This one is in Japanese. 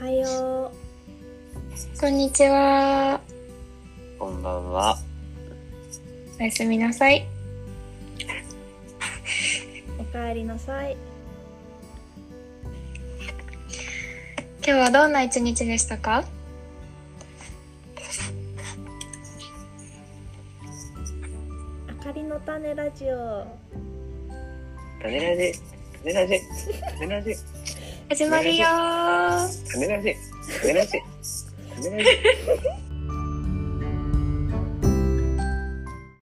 はよこんにちは。こんばんは。おやすみなさい。う。おかえりなさい。今日はどんな一日でしたかあかりの種ラジオ。タネラジ、タネラジ、タネラジ、始まるよー。タネラジ、タネラジ、タネラジ。